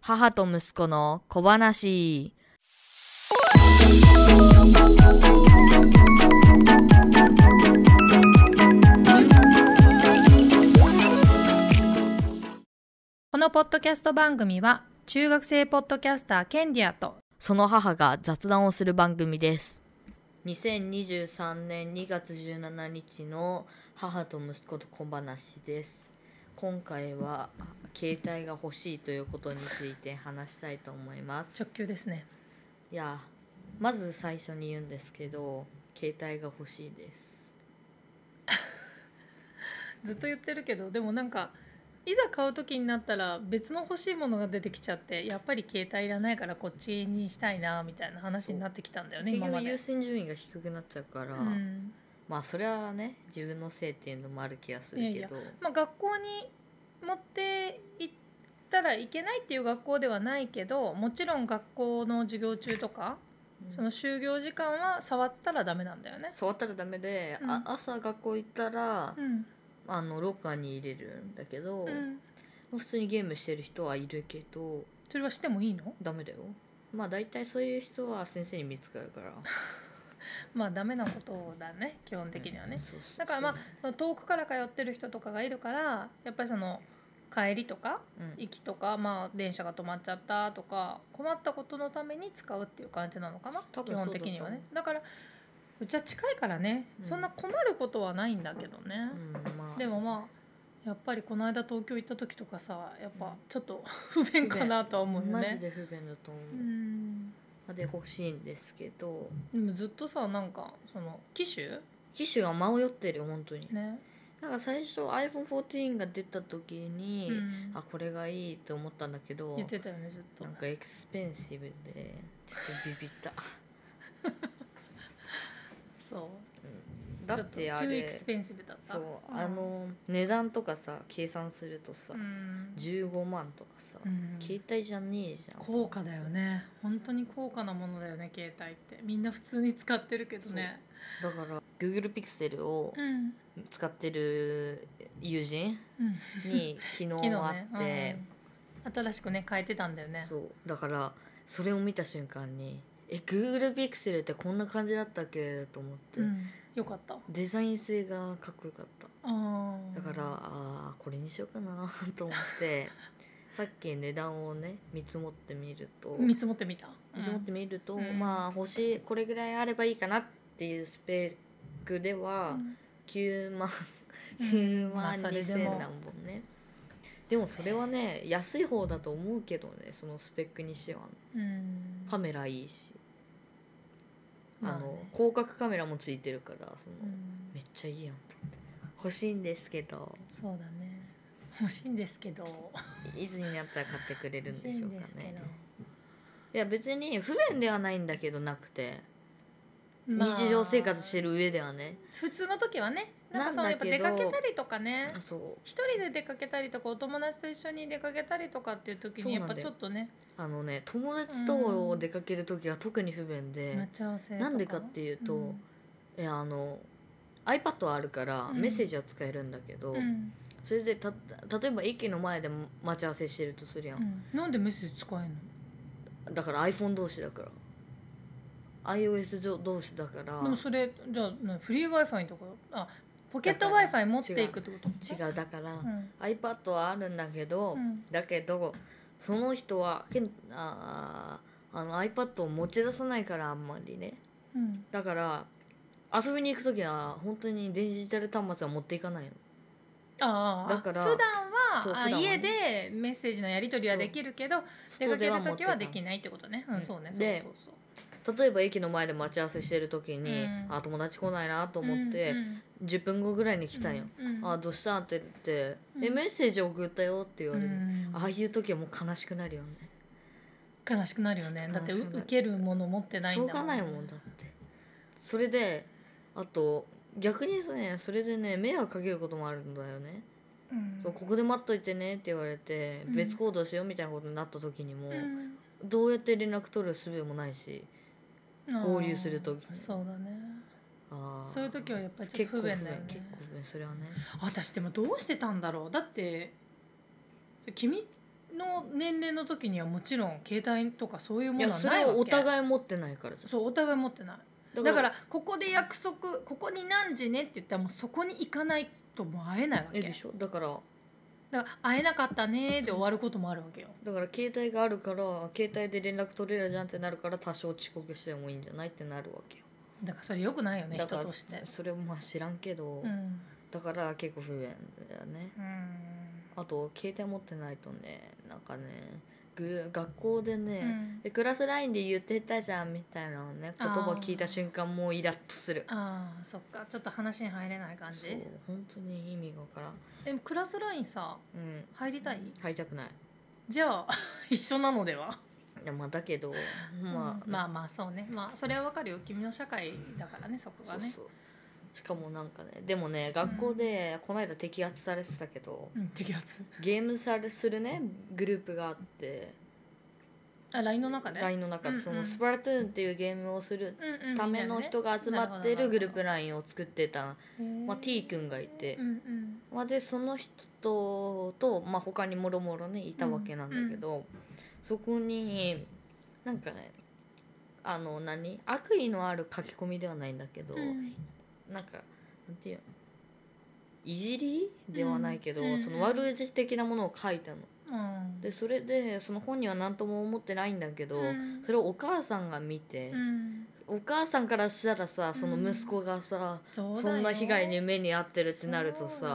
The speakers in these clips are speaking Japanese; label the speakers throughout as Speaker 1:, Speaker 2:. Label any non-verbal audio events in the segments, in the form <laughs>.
Speaker 1: 母と息子の小話。
Speaker 2: このポッドキャスト番組は中学生ポッドキャスターケンディアと
Speaker 1: その母が雑談をする番組です。2023年2月17日の母と息子と小話です。今回は携帯が欲しいということについて話したいと思います。
Speaker 2: 直球ですね
Speaker 1: いやまず最初に言うんですけど携帯が欲しいです。
Speaker 2: ずっと言ってるけどでもなんかいざ買う時になったら別の欲しいものが出てきちゃってやっぱり携帯いらないからこっちにしたいなみたいな話になってきたんだよね
Speaker 1: 結
Speaker 2: 今ま
Speaker 1: 局優
Speaker 2: で。
Speaker 1: 先順位が低くなっちゃうから、
Speaker 2: うん
Speaker 1: まあそれはね自分のせいっていうのもある気がするけど
Speaker 2: いやいまあ、学校に持って行ったらいけないっていう学校ではないけどもちろん学校の授業中とか
Speaker 1: うん
Speaker 2: その就業時間は触ったらダメなんだよね。
Speaker 1: 触ったらダメで、
Speaker 2: うん
Speaker 1: あ朝学校行ったら、
Speaker 2: うん
Speaker 1: あのロッカーに入れるんだけど、
Speaker 2: うん、
Speaker 1: 普通にゲームしてる人はいるけど
Speaker 2: それはしてもいいの
Speaker 1: ダメだよ。まあ大体そういう人は先生に見つかるから。
Speaker 2: まあダメなことだね基本的にはね
Speaker 1: うん。そうそうそう
Speaker 2: だからまあその遠くから通ってる人とかがいるからやっぱりその帰りとか
Speaker 1: うん
Speaker 2: 行きとか、まあ、電車が止まっちゃったとか困ったことのために使うっていう感じなのかな
Speaker 1: 多分
Speaker 2: 基本的に
Speaker 1: そうだ
Speaker 2: はね
Speaker 1: と思
Speaker 2: だからうちは近いからね、
Speaker 1: うん
Speaker 2: そんな困ることはないんだけどね、
Speaker 1: うんまあ、
Speaker 2: でもまあやっぱりこの間東京行った時とかさやっぱちょっと不便かなとは思うよ
Speaker 1: マジ
Speaker 2: ね。
Speaker 1: で不便だと思う。
Speaker 2: うん
Speaker 1: で欲しいんですけど
Speaker 2: でもずっとさなんかその機種
Speaker 1: 機種が迷ってるよ本当に、
Speaker 2: ね、
Speaker 1: なんか最初 iPhone14 が出た時に、
Speaker 2: うん
Speaker 1: あこれがいいって思ったんだけど
Speaker 2: 言ってたよねずっと
Speaker 1: なん。かエクスペンシブでちょっとビビった
Speaker 2: そう
Speaker 1: だってあ
Speaker 2: ちょっと too
Speaker 1: れ
Speaker 2: expensive だった
Speaker 1: そう、あの値段とかさ計算するとさ、
Speaker 2: うん
Speaker 1: 15万とかさ、
Speaker 2: うん
Speaker 1: 携帯じゃねえじゃん
Speaker 2: 高価だよね本当に高価なものだよね携帯ってみんな普通に使ってるけどね
Speaker 1: だから Google ピクセルを
Speaker 2: うん
Speaker 1: 使ってる友人
Speaker 2: うん
Speaker 1: に昨
Speaker 2: 昨
Speaker 1: 日会
Speaker 2: 日ね
Speaker 1: って、
Speaker 2: うん新しくね変えてたんだよね
Speaker 1: そうだからそれを見た瞬間にえ Google ピクセルってこんな感じだったっけと思って、
Speaker 2: うんよかった
Speaker 1: デザイン性がかっこよかった
Speaker 2: あー
Speaker 1: だから、あーこれにしようかな <laughs> と思っ
Speaker 2: <laughs>
Speaker 1: てさっき値段をね見積もってみると
Speaker 2: 見
Speaker 1: 見
Speaker 2: 積もってみた
Speaker 1: 積もってみると、
Speaker 2: うん
Speaker 1: まあ星これぐらいあればいいかなっていうスペックで
Speaker 2: た
Speaker 1: は9万
Speaker 2: うん
Speaker 1: 9
Speaker 2: ま
Speaker 1: 万
Speaker 2: あそれ
Speaker 1: 2000な
Speaker 2: で
Speaker 1: ん
Speaker 2: も
Speaker 1: ぼねでもそれはね安い方だと思うけどねそのスペックにしては
Speaker 2: うん
Speaker 1: カメラいいしあ
Speaker 2: まあ
Speaker 1: の
Speaker 2: ね
Speaker 1: 広角カメラもついてるからその、
Speaker 2: うん
Speaker 1: めっちゃいいやんと思って欲しいんですけど
Speaker 2: そうだね欲しいんですけど
Speaker 1: いつになったら買ってくれるんでしょうか
Speaker 2: 欲しいんですけ
Speaker 1: ね
Speaker 2: ど
Speaker 1: いや別に不便ではないんだけどなくて、
Speaker 2: まあ
Speaker 1: 日常生活してる上ではね
Speaker 2: 普通の時はねなんかその
Speaker 1: な
Speaker 2: や
Speaker 1: ん
Speaker 2: っ
Speaker 1: だけ
Speaker 2: ぱ出
Speaker 1: ど
Speaker 2: かけたりとかね
Speaker 1: あそう
Speaker 2: 一人で出かけたりとかお友達と一緒に出かけたりとかっていう時
Speaker 1: そう
Speaker 2: に
Speaker 1: なん
Speaker 2: や
Speaker 1: だよ
Speaker 2: っぱちょっとね
Speaker 1: あのね友達と出かける時は特に不便で
Speaker 2: 待、ち合わせとか
Speaker 1: なんでかっていうと、
Speaker 2: うん
Speaker 1: いやあの iPad はあるから
Speaker 2: うん
Speaker 1: メッセージは使えるんだけど、
Speaker 2: うん
Speaker 1: それでた例えば駅の前で待ち合わせしてるとするや、
Speaker 2: うんんなんでメッセージ使えんの
Speaker 1: だから iPhone 同士だから iOS 上同士だから
Speaker 2: でもそれじゃあなフリー Wi-Fi とかあポケット
Speaker 1: だから
Speaker 2: Wi-Fi 持っていくってこと
Speaker 1: 違うだから、
Speaker 2: うん、
Speaker 1: iPad はあるんだけど、
Speaker 2: うん
Speaker 1: だけどその人はけんあーあの iPad を持ち出さないからあんまりね
Speaker 2: うん、
Speaker 1: だから遊びに行く時は本当にデジタル端末は持っていかないの
Speaker 2: ああ
Speaker 1: だから
Speaker 2: 普段は
Speaker 1: そう
Speaker 2: あ
Speaker 1: 普段はね
Speaker 2: 家でメッセージのやり取りはできるけど出
Speaker 1: 外
Speaker 2: かけ
Speaker 1: では
Speaker 2: る
Speaker 1: 持って
Speaker 2: 時
Speaker 1: いか
Speaker 2: は
Speaker 1: な
Speaker 2: で
Speaker 1: い
Speaker 2: きないってことね、
Speaker 1: う
Speaker 2: うんん、そうねそう
Speaker 1: で
Speaker 2: そうそう
Speaker 1: 例えば駅の前で待ち合わせしてる時に、
Speaker 2: うん
Speaker 1: あ友達来ないなと思って、
Speaker 2: うんうん
Speaker 1: 10分後ぐらいに来たんよ、
Speaker 2: うんうん
Speaker 1: あどうしたって言って、え
Speaker 2: うん
Speaker 1: メッセージ送ったよって言われる、
Speaker 2: うん
Speaker 1: ああいう時はもう悲しくなるよね
Speaker 2: 悲しくなるよね
Speaker 1: ちょ
Speaker 2: だ
Speaker 1: っ
Speaker 2: っ
Speaker 1: と
Speaker 2: て
Speaker 1: 悲しくなる
Speaker 2: う受けるもの持ってない
Speaker 1: し
Speaker 2: ん
Speaker 1: ょ
Speaker 2: だ
Speaker 1: うがないもんだってそれであと逆にねそれでね迷惑かけることもあるんだよね、
Speaker 2: うん
Speaker 1: そうここで待っといてねって言われて、
Speaker 2: うん
Speaker 1: 別行動しようみたいなことになった時にも、
Speaker 2: うん
Speaker 1: どうやって連絡取る術もないし合流する時
Speaker 2: あーそうだね
Speaker 1: あー
Speaker 2: そういう時はやっぱりちょっ
Speaker 1: 結
Speaker 2: と
Speaker 1: 構
Speaker 2: 不
Speaker 1: 不便
Speaker 2: 便だよね
Speaker 1: 結構不便それはね
Speaker 2: 私でもどうしてたんだろうだって君の年齢の時にはもちろん携帯とかそういう
Speaker 1: い
Speaker 2: もの
Speaker 1: や
Speaker 2: は
Speaker 1: そ
Speaker 2: な
Speaker 1: れ
Speaker 2: いわ
Speaker 1: は
Speaker 2: け
Speaker 1: お互い持ってないからじゃん
Speaker 2: そうお互い持ってないだからここで約束ここに何時ねって言ったらもうそこに行かないともう会えないわけ
Speaker 1: えでしょだから
Speaker 2: だから会えなかったねで終わることもあるわけよ
Speaker 1: だから携帯があるから携帯で連絡取れるじゃんってなるから多少遅刻してもいいんじゃないってなるわけよ
Speaker 2: だからそれ良くないよね
Speaker 1: だ
Speaker 2: 人
Speaker 1: から
Speaker 2: として
Speaker 1: それもまあ知らんけど、
Speaker 2: うん
Speaker 1: だから結構不便だよね
Speaker 2: うん
Speaker 1: あと携帯持ってないとねなんかねぐ学校でね、
Speaker 2: うん
Speaker 1: えクラスラインで言ってたじゃんみたいなのね言葉聞いた瞬間もうイラッとする
Speaker 2: ああそっかちょっと話に入れない感
Speaker 1: そ
Speaker 2: じ
Speaker 1: う本当に意味がわからん
Speaker 2: でもクラスラインさ
Speaker 1: うん
Speaker 2: 入りたい
Speaker 1: 入りたくない
Speaker 2: じゃあ一緒なのではい
Speaker 1: やまあだけど <laughs> まあ、
Speaker 2: うんまあまあそうねまあそれはわかるよ君の社会だからねそこ
Speaker 1: そ
Speaker 2: が
Speaker 1: う
Speaker 2: ね
Speaker 1: そうしかもなんかねでもね学校でこの間摘発されてたけど、
Speaker 2: うん摘発
Speaker 1: ゲームされするねグループがあって
Speaker 2: あ LINE の中で
Speaker 1: LINE の中
Speaker 2: うんう
Speaker 1: で
Speaker 2: ん
Speaker 1: そのスプラトゥーンっていうゲームをする
Speaker 2: うんうん
Speaker 1: ための人が集まってるグループ LINE を作ってた、
Speaker 2: みんなねへえ
Speaker 1: まあ、T 君がいて
Speaker 2: う、んうん
Speaker 1: まあ、でその人と、まあ、他にもろもろねいたわけなんだけど、そこになんかねあの何悪意のある書き込みではないんだけど、
Speaker 2: うん
Speaker 1: なんかなんていうのいじりではないけど、
Speaker 2: うんうん
Speaker 1: その悪口的なものを書いたの。
Speaker 2: うん
Speaker 1: でそれでその本人は何とも思ってないんだけど、
Speaker 2: うん
Speaker 1: それをお母さんが見て
Speaker 2: う、ん
Speaker 1: お母さんからしたらさその息子がさ、
Speaker 2: そう
Speaker 1: そ
Speaker 2: だよ
Speaker 1: んな被害に目に遭ってるってなるとさ
Speaker 2: そうだ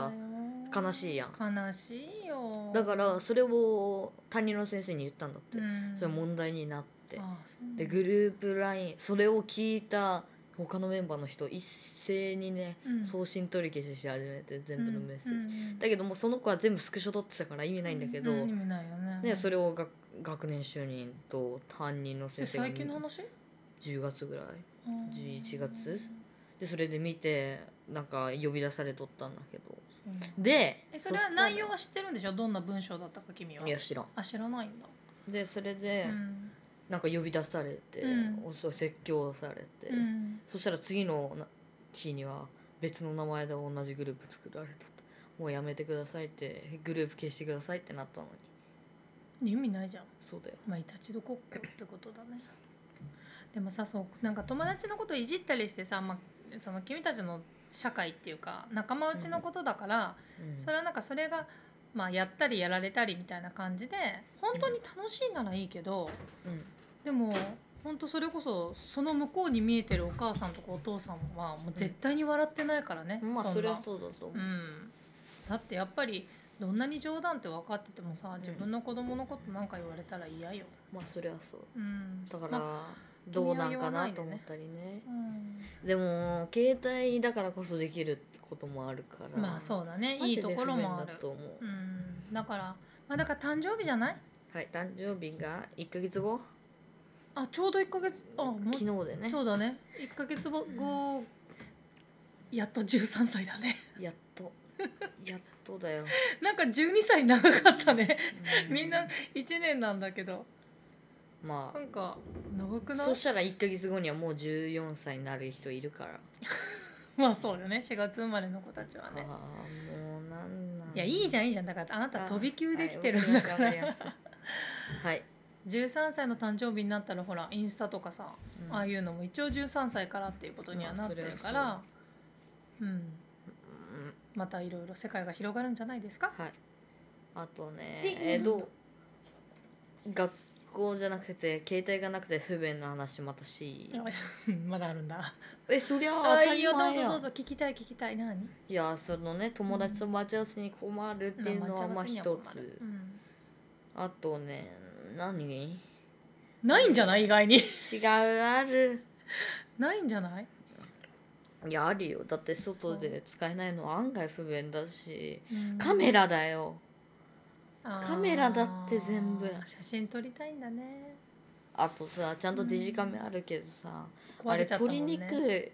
Speaker 2: よ
Speaker 1: 悲しいやん。
Speaker 2: 悲しいよ
Speaker 1: だからそれを担任の先生に言ったんだって、
Speaker 2: うん
Speaker 1: それ問題になって
Speaker 2: ああそうなんだ
Speaker 1: でグループ LINE それを聞いた他のメンバーの人一斉にね
Speaker 2: うん
Speaker 1: 送信取り消しし始めて全部のメッセージ、
Speaker 2: うんうん
Speaker 1: だけどもうその子は全部スクショ取ってたから意味ないんだけど、
Speaker 2: う意味ないよね
Speaker 1: ね、それを学学年主任と担任の
Speaker 2: で
Speaker 1: 先生が
Speaker 2: 最近の話
Speaker 1: 10月ぐらい
Speaker 2: うん
Speaker 1: 11月でそれで見てなんか呼び出されとったんだけど
Speaker 2: そう
Speaker 1: で
Speaker 2: えそれは
Speaker 1: したら
Speaker 2: 内容は知ってるんでしょどんな文章だったか君はい
Speaker 1: や知らん
Speaker 2: あ知らないんだ、
Speaker 1: でそれで
Speaker 2: うん
Speaker 1: なんか呼び出されて、
Speaker 2: うん
Speaker 1: おそう説教されて、
Speaker 2: うん
Speaker 1: そしたら次のな日には別の名前で同じグループ作られたともうやめてくださいってグループ消してくださいってなったのに
Speaker 2: 意味ないじゃん
Speaker 1: そうだよ
Speaker 2: まあいたちどこっこってことだねでもさそうなんか友達のこといじったりしてさ、まあ、その君たちの社会っていうか仲間内のことだから、
Speaker 1: うん
Speaker 2: それはなんかそれが、まあ、やったりやられたりみたいな感じで本当に楽しいならいいけど、
Speaker 1: うん
Speaker 2: でも本当それこそその向こうに見えてるお母さんとかお父さんはもう絶対に笑ってないからね、
Speaker 1: まあそ
Speaker 2: んな
Speaker 1: れはそうだと思う、
Speaker 2: うん、だってやっぱりどんなに冗談って分かっててもさ
Speaker 1: ん
Speaker 2: 自分の子供のことなんか言われたら嫌よ、
Speaker 1: まあそれはそう
Speaker 2: うん、
Speaker 1: だから、
Speaker 2: まあ
Speaker 1: どうなんかなと思ったりね
Speaker 2: うん
Speaker 1: でも携帯だからこそできることもあるから
Speaker 2: まあそうだね
Speaker 1: マ
Speaker 2: い
Speaker 1: ジ
Speaker 2: い
Speaker 1: で
Speaker 2: ところも
Speaker 1: 不
Speaker 2: あ
Speaker 1: 便
Speaker 2: る
Speaker 1: だと思う、
Speaker 2: うん、だからまあだから誕生日じゃない
Speaker 1: はい誕生日が1ヶ月後
Speaker 2: あちょうど1ヶ月あもう
Speaker 1: 昨日でね
Speaker 2: そうだね1ヶ月後やっと13歳だね <laughs>
Speaker 1: やっと <laughs> やっとだよ、
Speaker 2: なんか12歳長かったね
Speaker 1: う
Speaker 2: みんな1年なんだけど
Speaker 1: ま
Speaker 2: なんか長く
Speaker 1: あ
Speaker 2: ない
Speaker 1: そしたら1ヶ月後にはもう14歳になる人いるから、
Speaker 2: <laughs> まあそうよね4月生まれの子たちは
Speaker 1: ああ
Speaker 2: ね
Speaker 1: もうなんなん
Speaker 2: いやいいじゃんいいじゃんだからあなた飛び級できてる
Speaker 1: はい
Speaker 2: んだか
Speaker 1: わりま
Speaker 2: ら
Speaker 1: したわかりましたはい、
Speaker 2: 13歳の誕生日になったらほらインスタとかさ、
Speaker 1: うん
Speaker 2: ああいうのも一応13歳からっていうことにはなってるから、
Speaker 1: まあ
Speaker 2: うん
Speaker 1: うん
Speaker 2: またいろいろ世界が広がるんじゃないですか
Speaker 1: はい。あとね、
Speaker 2: で
Speaker 1: えーどう学校じゃなくて携帯がなくて不便な話またし
Speaker 2: い。や <laughs> まだあるんだ
Speaker 1: えそりゃ
Speaker 2: あ
Speaker 1: 当
Speaker 2: あ
Speaker 1: た
Speaker 2: いい
Speaker 1: り
Speaker 2: よどう
Speaker 1: 前
Speaker 2: ぞ
Speaker 1: や
Speaker 2: どうんぞ。聞きたい聞きたい何
Speaker 1: いやそのね友達と待ち合わせに困るっていうのはまあ
Speaker 2: 抹茶のせいに
Speaker 1: 一
Speaker 2: は困る
Speaker 1: つ
Speaker 2: う。ん
Speaker 1: あとね何？違
Speaker 2: ないんじゃない意外に
Speaker 1: うある。
Speaker 2: ないんじゃない
Speaker 1: いやあるよだって外で使えないのは案外不便だし
Speaker 2: うん
Speaker 1: カメラだよ
Speaker 2: あー
Speaker 1: カメラだって全部
Speaker 2: 写真撮りたいんだね
Speaker 1: あとさちゃんとデジカメあるけどさ、あ
Speaker 2: 壊
Speaker 1: れ
Speaker 2: れちゃったも
Speaker 1: 取り
Speaker 2: ん
Speaker 1: に
Speaker 2: ね
Speaker 1: くい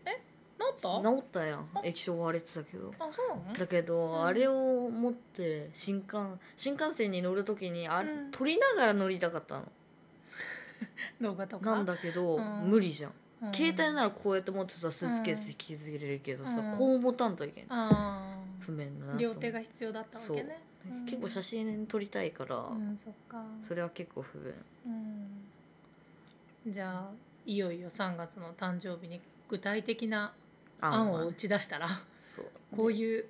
Speaker 2: なったあ
Speaker 1: 治ったやん液晶割れてたけど
Speaker 2: そうなの
Speaker 1: だけど、
Speaker 2: ん
Speaker 1: あれを持って新幹新幹線に乗る時にあれ、
Speaker 2: うん
Speaker 1: 撮りながら乗りたかったの
Speaker 2: 動画とか
Speaker 1: なんだけど、
Speaker 2: うん
Speaker 1: 無理じゃん
Speaker 2: うん
Speaker 1: 携帯ならこうやって持ってさスーツケース引きずれるけどさ、
Speaker 2: うん
Speaker 1: こう持たんといけん
Speaker 2: あ
Speaker 1: 不便だな
Speaker 2: あ
Speaker 1: と思
Speaker 2: 両
Speaker 1: う
Speaker 2: 手が必要だったわけねうん
Speaker 1: 結構写真撮りたいから、
Speaker 2: うんそっか
Speaker 1: それは結構不便
Speaker 2: うんじゃあいよいよ3月の誕生日に具体的な案
Speaker 1: は
Speaker 2: を打
Speaker 1: ね
Speaker 2: ち出したら
Speaker 1: そう
Speaker 2: こう
Speaker 1: う、
Speaker 2: いう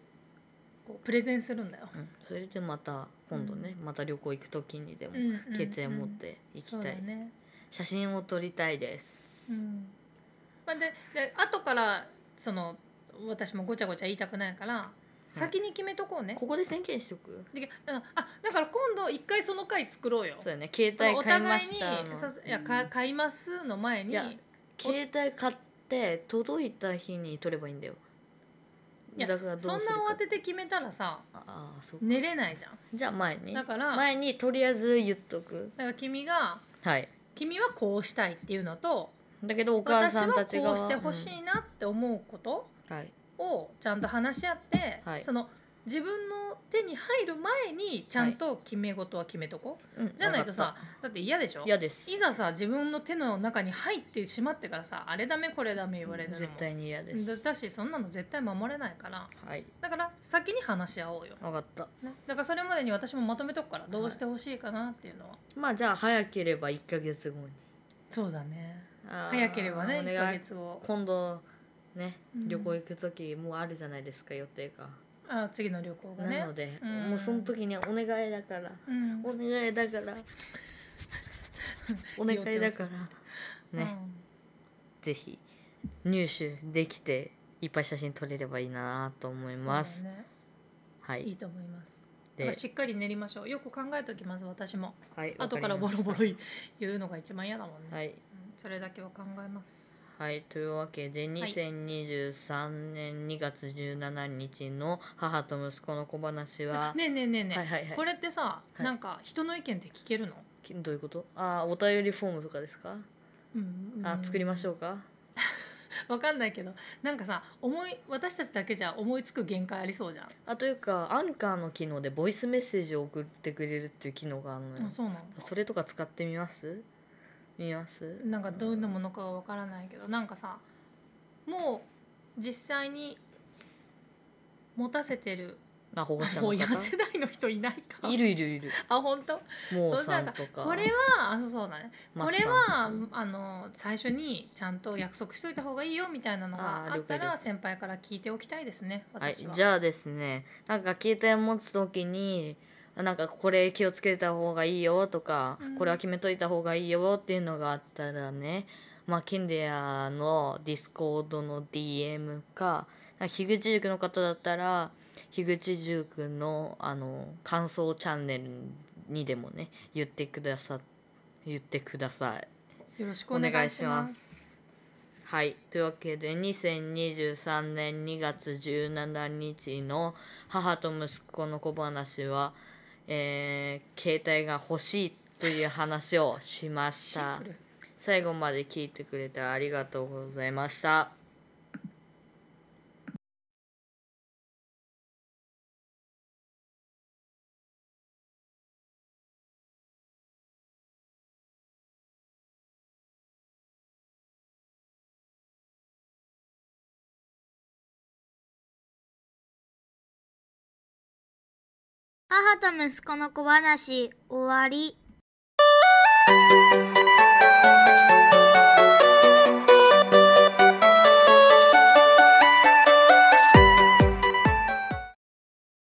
Speaker 2: こうプレゼンするんだよ、
Speaker 1: うん、それでまた今度ね、また旅行行く時にでも
Speaker 2: うんうん
Speaker 1: 携帯持って行きたい、
Speaker 2: そうだね、
Speaker 1: 写真を撮りたいです、
Speaker 2: うんまあ、でで後からその私もごちゃごちゃ言いたくないから先に決めとこうね、
Speaker 1: ここで宣言しとく
Speaker 2: でうんあだから今度一回その回作ろうよ
Speaker 1: そうやね携
Speaker 2: その
Speaker 1: 帯買いましたの
Speaker 2: そういやか買いますの前
Speaker 1: い
Speaker 2: に
Speaker 1: や携帯買って届いた日に撮ればいいんだよ
Speaker 2: いや
Speaker 1: だから
Speaker 2: そん
Speaker 1: ど
Speaker 2: な
Speaker 1: うするか
Speaker 2: 慌てて決めたらさ
Speaker 1: ああそう
Speaker 2: 寝れないじゃん
Speaker 1: じゃあ前に
Speaker 2: だから
Speaker 1: 前にとりあえず言っとく
Speaker 2: だから君が
Speaker 1: はい
Speaker 2: 君はこうしたいっていうのと
Speaker 1: だけどお母
Speaker 2: 私
Speaker 1: さ
Speaker 2: は
Speaker 1: ん
Speaker 2: こ
Speaker 1: た
Speaker 2: う
Speaker 1: ちが
Speaker 2: してほしいなって思うこと
Speaker 1: うんはい
Speaker 2: をちゃんと話し合って、
Speaker 1: はい
Speaker 2: その自分の手に入る前にちゃんと決め事は決めとこう、
Speaker 1: うん
Speaker 2: じゃないと
Speaker 1: わ
Speaker 2: さ
Speaker 1: か
Speaker 2: だって嫌でし
Speaker 1: っ
Speaker 2: ょ
Speaker 1: た嫌です
Speaker 2: いざさ自分の手の中に入ってしまってからさあれダメこれダメ言われるのも
Speaker 1: 絶対に嫌です
Speaker 2: だだしそんなの絶対守れないから
Speaker 1: はい
Speaker 2: だから先に話し合おうよ、
Speaker 1: 分かった
Speaker 2: ね、だからそれまでに私もまとめとくからどうしてほしいかなっていうのは、
Speaker 1: まあじゃあ早ければ1ヶ月後に
Speaker 2: そうだね
Speaker 1: あー
Speaker 2: <laughs> 早ければね
Speaker 1: お
Speaker 2: 1
Speaker 1: 願
Speaker 2: ヶ
Speaker 1: い
Speaker 2: 月後
Speaker 1: 今度ね
Speaker 2: うん
Speaker 1: 旅行行く時もうあるじゃないですか予定が
Speaker 2: あ次の旅行がね
Speaker 1: なので
Speaker 2: うん
Speaker 1: もうその時にはお願いだから
Speaker 2: うん
Speaker 1: お願いだから
Speaker 2: <laughs>
Speaker 1: お願いだからね、ぜひ入手できていっぱい写真撮れればいいなと思
Speaker 2: う
Speaker 1: い
Speaker 2: ん
Speaker 1: ます、
Speaker 2: そうだね
Speaker 1: はい
Speaker 2: い
Speaker 1: い
Speaker 2: と思いますだか
Speaker 1: で
Speaker 2: らしっかり練りましょうよく考えておきます私も
Speaker 1: はい
Speaker 2: 後からボ
Speaker 1: わ
Speaker 2: ロ
Speaker 1: りま
Speaker 2: ボロ言うのが一番嫌だもん
Speaker 1: し
Speaker 2: ね、
Speaker 1: たはい
Speaker 2: うんそれだけは考えます
Speaker 1: はいというわけで2023年2月17日の母と息子の小話は、
Speaker 2: <laughs> ねえねえねえねえ、
Speaker 1: はいはいはい
Speaker 2: これってさ、
Speaker 1: はい
Speaker 2: なんか人の意見って聞けるの、
Speaker 1: きどういうことあーお便りフォームとかですか
Speaker 2: うん
Speaker 1: あ作りましょ
Speaker 2: う
Speaker 1: うか
Speaker 2: んわかんないけどなんかさ思い私たちだけじゃ思いつく限界ありそうじゃん、
Speaker 1: あというかアンカーの機能でボイスメッセージを送ってくれるっていう機能があるのよ
Speaker 2: あそうなの
Speaker 1: それとか使ってみます見ます
Speaker 2: なんかどういうものかがわからないけどなんかさもう実際に持たせてる
Speaker 1: あ保護者
Speaker 2: も
Speaker 1: の
Speaker 2: う親
Speaker 1: 方
Speaker 2: 世代の人いないか
Speaker 1: いるいるいる
Speaker 2: あ本当
Speaker 1: もう
Speaker 2: そうした
Speaker 1: さ
Speaker 2: ら
Speaker 1: ん
Speaker 2: さ
Speaker 1: とか
Speaker 2: これはあそうそうだね
Speaker 1: マ
Speaker 2: こ
Speaker 1: ス
Speaker 2: れ
Speaker 1: さ
Speaker 2: は
Speaker 1: んとか
Speaker 2: あの最初にちゃんと約束しといた方がいいよみたいなのが
Speaker 1: あー
Speaker 2: あった
Speaker 1: 了解
Speaker 2: ら
Speaker 1: 了
Speaker 2: 先輩から聞いておきたいですね
Speaker 1: はい
Speaker 2: 私は、
Speaker 1: じゃあですねなんか携帯持つ時になんかこれ気をつけた方がいいよとか、
Speaker 2: うん
Speaker 1: これは決めといた方がいいよっていうのがあったらねまあキンデアのディスコードの DM かなんか樋口塾の方だったら樋口塾のあの感想チャンネルにでもね言ってくださ言ってください。
Speaker 2: よろしく
Speaker 1: お
Speaker 2: お願
Speaker 1: 願
Speaker 2: い
Speaker 1: い
Speaker 2: し
Speaker 1: し
Speaker 2: ま
Speaker 1: ますす。はい、というわけで2023年2月17日の母と息子の小話は、えー携帯が欲しいという話をしまし
Speaker 2: シン
Speaker 1: た
Speaker 2: プ。ル
Speaker 1: 最後まで聞いてくれてありがとうございました。
Speaker 3: 母と息子の小話終わり